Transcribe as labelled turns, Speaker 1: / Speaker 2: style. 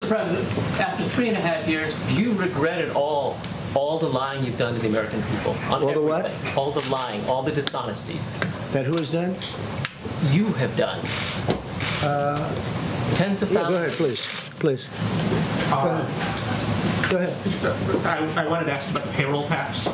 Speaker 1: President, after three and a half years, do you regret at all, all the lying you've done to the American people? on
Speaker 2: All the what?
Speaker 1: everything? All the lying, all the dishonesties
Speaker 2: That who has done?
Speaker 1: you have done. Tens of
Speaker 2: Uh, Yeah, go ahead,
Speaker 1: thousands.
Speaker 2: please, please.
Speaker 3: Uh,
Speaker 2: Go ahead. Go ahead.
Speaker 3: I, I wanted to ask about the payroll tax.